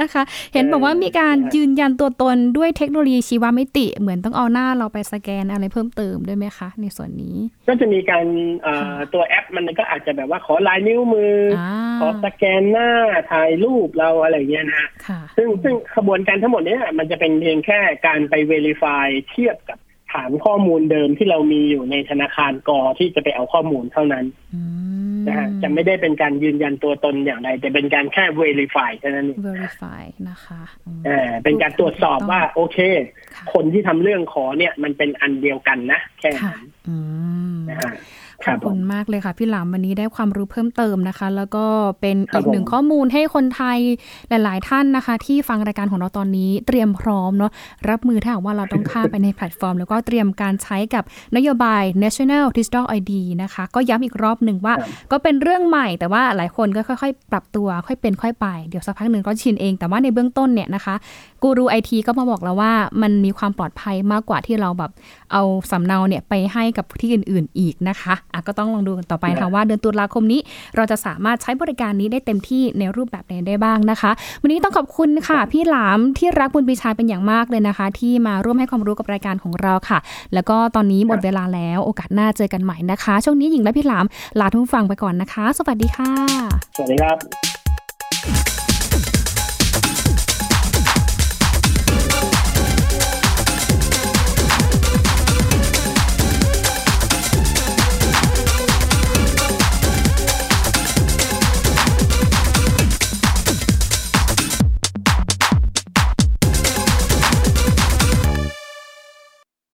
Speaker 1: นะคะ เห็นบอกว่ามีการยืนยันตัวตนด้วยเทคโนโลยีชีวมิติ เหมือนต้องเอาหน้าเราไปสแกนอะไรเพิ่มเติมด้วยไหมคะ ในส่วนนี้
Speaker 2: ก็จะมีการเอ่อ
Speaker 1: ค่ะ
Speaker 2: ตัวแอปมันก็อาจจะแบบว่าขอลายนิ้วมืออ
Speaker 1: อ่า
Speaker 2: ขอสแกนหน้าถ่ายรูปเราอะไรอย่างเงี้ยนะฮะ
Speaker 1: ค่ะ
Speaker 2: ซึ่งซึ่งขบวนการทั้งหมดเนี้ยมันจะเป็นเพียงแค่การไป Verify เทียบกับฐานข้อมูลเดิมที่เรามีอยู่ในธนาคารกอที่จะไปเอาข้อมูลเท่านั้น
Speaker 1: อืม
Speaker 2: นะฮะจะไม่ได้เป็นการยืนยันตัวตนอย่างใดแต่เป็นการแค่ Verify เท่านั้นเอง
Speaker 1: verify นะคะอืม
Speaker 2: เออเป็นการตรวจสอบว่าโอเค
Speaker 1: ค่ะ
Speaker 2: คนที่ทำเรื่องขอเนี่ยมันเป็นอันเดียวกันนะแค่
Speaker 1: ค่ะ
Speaker 2: นั้น
Speaker 1: อืม
Speaker 2: นะฮะ
Speaker 1: ข
Speaker 2: ครั
Speaker 1: อ
Speaker 2: บบผ
Speaker 1: คุ
Speaker 2: ม
Speaker 1: ณมากเลยค่ะ พี่หลามวันนี้ได้ความรู้เพิ่มเติมนะคะ แล้วก็เป็น
Speaker 2: ครั
Speaker 1: อี
Speaker 2: บ
Speaker 1: กหนึ่ง
Speaker 2: ผม
Speaker 1: ข้อมูลให้คนไทยหลาย ๆ ท่านนะคะ ที่ฟังรายการของเราตอนนี้เตรียมพร้อมเนาะรับมือถ้าหากว่าเราต้องข้ามไปในแพลตฟอร์ม แล้วก็เตรียมการใช้กับนโยบาย National Digital ID นะคะ ก็ย้ำอีกรอบหนึ่งว่า ก็เป็นเรื่องใหม่แต่ว่าหลายคนก็ค่อย ๆ ปรับตัวค่อยเป็นค่อยไป เดี๋ยวสักพักหนึ่งก็ชินเองแต่ว่าในเบื้องต้นเนี่ยนะคะกูรูไอทีก็มาบอกแล้วว่ามันมีความปลอดภัยมากกว่าที่เราแบบ เอาสำเนาเนี่ยไปให้กับที่อื่น ๆ อีกนะคะอ่ะก็ต้องลองดูกันต่อไปนะ
Speaker 2: ครั
Speaker 1: คะ
Speaker 2: บ
Speaker 1: ว่าเดือนตุลาคมนี้ เราจะสามารถใช้บริการนี้ได้เต็มที่ในรูปแบบไหนได้บ้างนะคะ วันนี้ต้องขอบคุณค่ะ พี่หลามที่รักบุญปีชาเป็นอย่างมากเลยนะคะ ที่มาร่วมให้ความรู้กับรายการของเราค่ะ แล้วก็ตอนนี้หมดเวลาแล้วโอกาสหน้าเจอกันใหม่นะคะ ช่วงนี้หญิงและพี่หลามลาทุกผู้ฟังไปก่อนนะคะ สวัสดีค่ะ
Speaker 2: สวัสดีครับ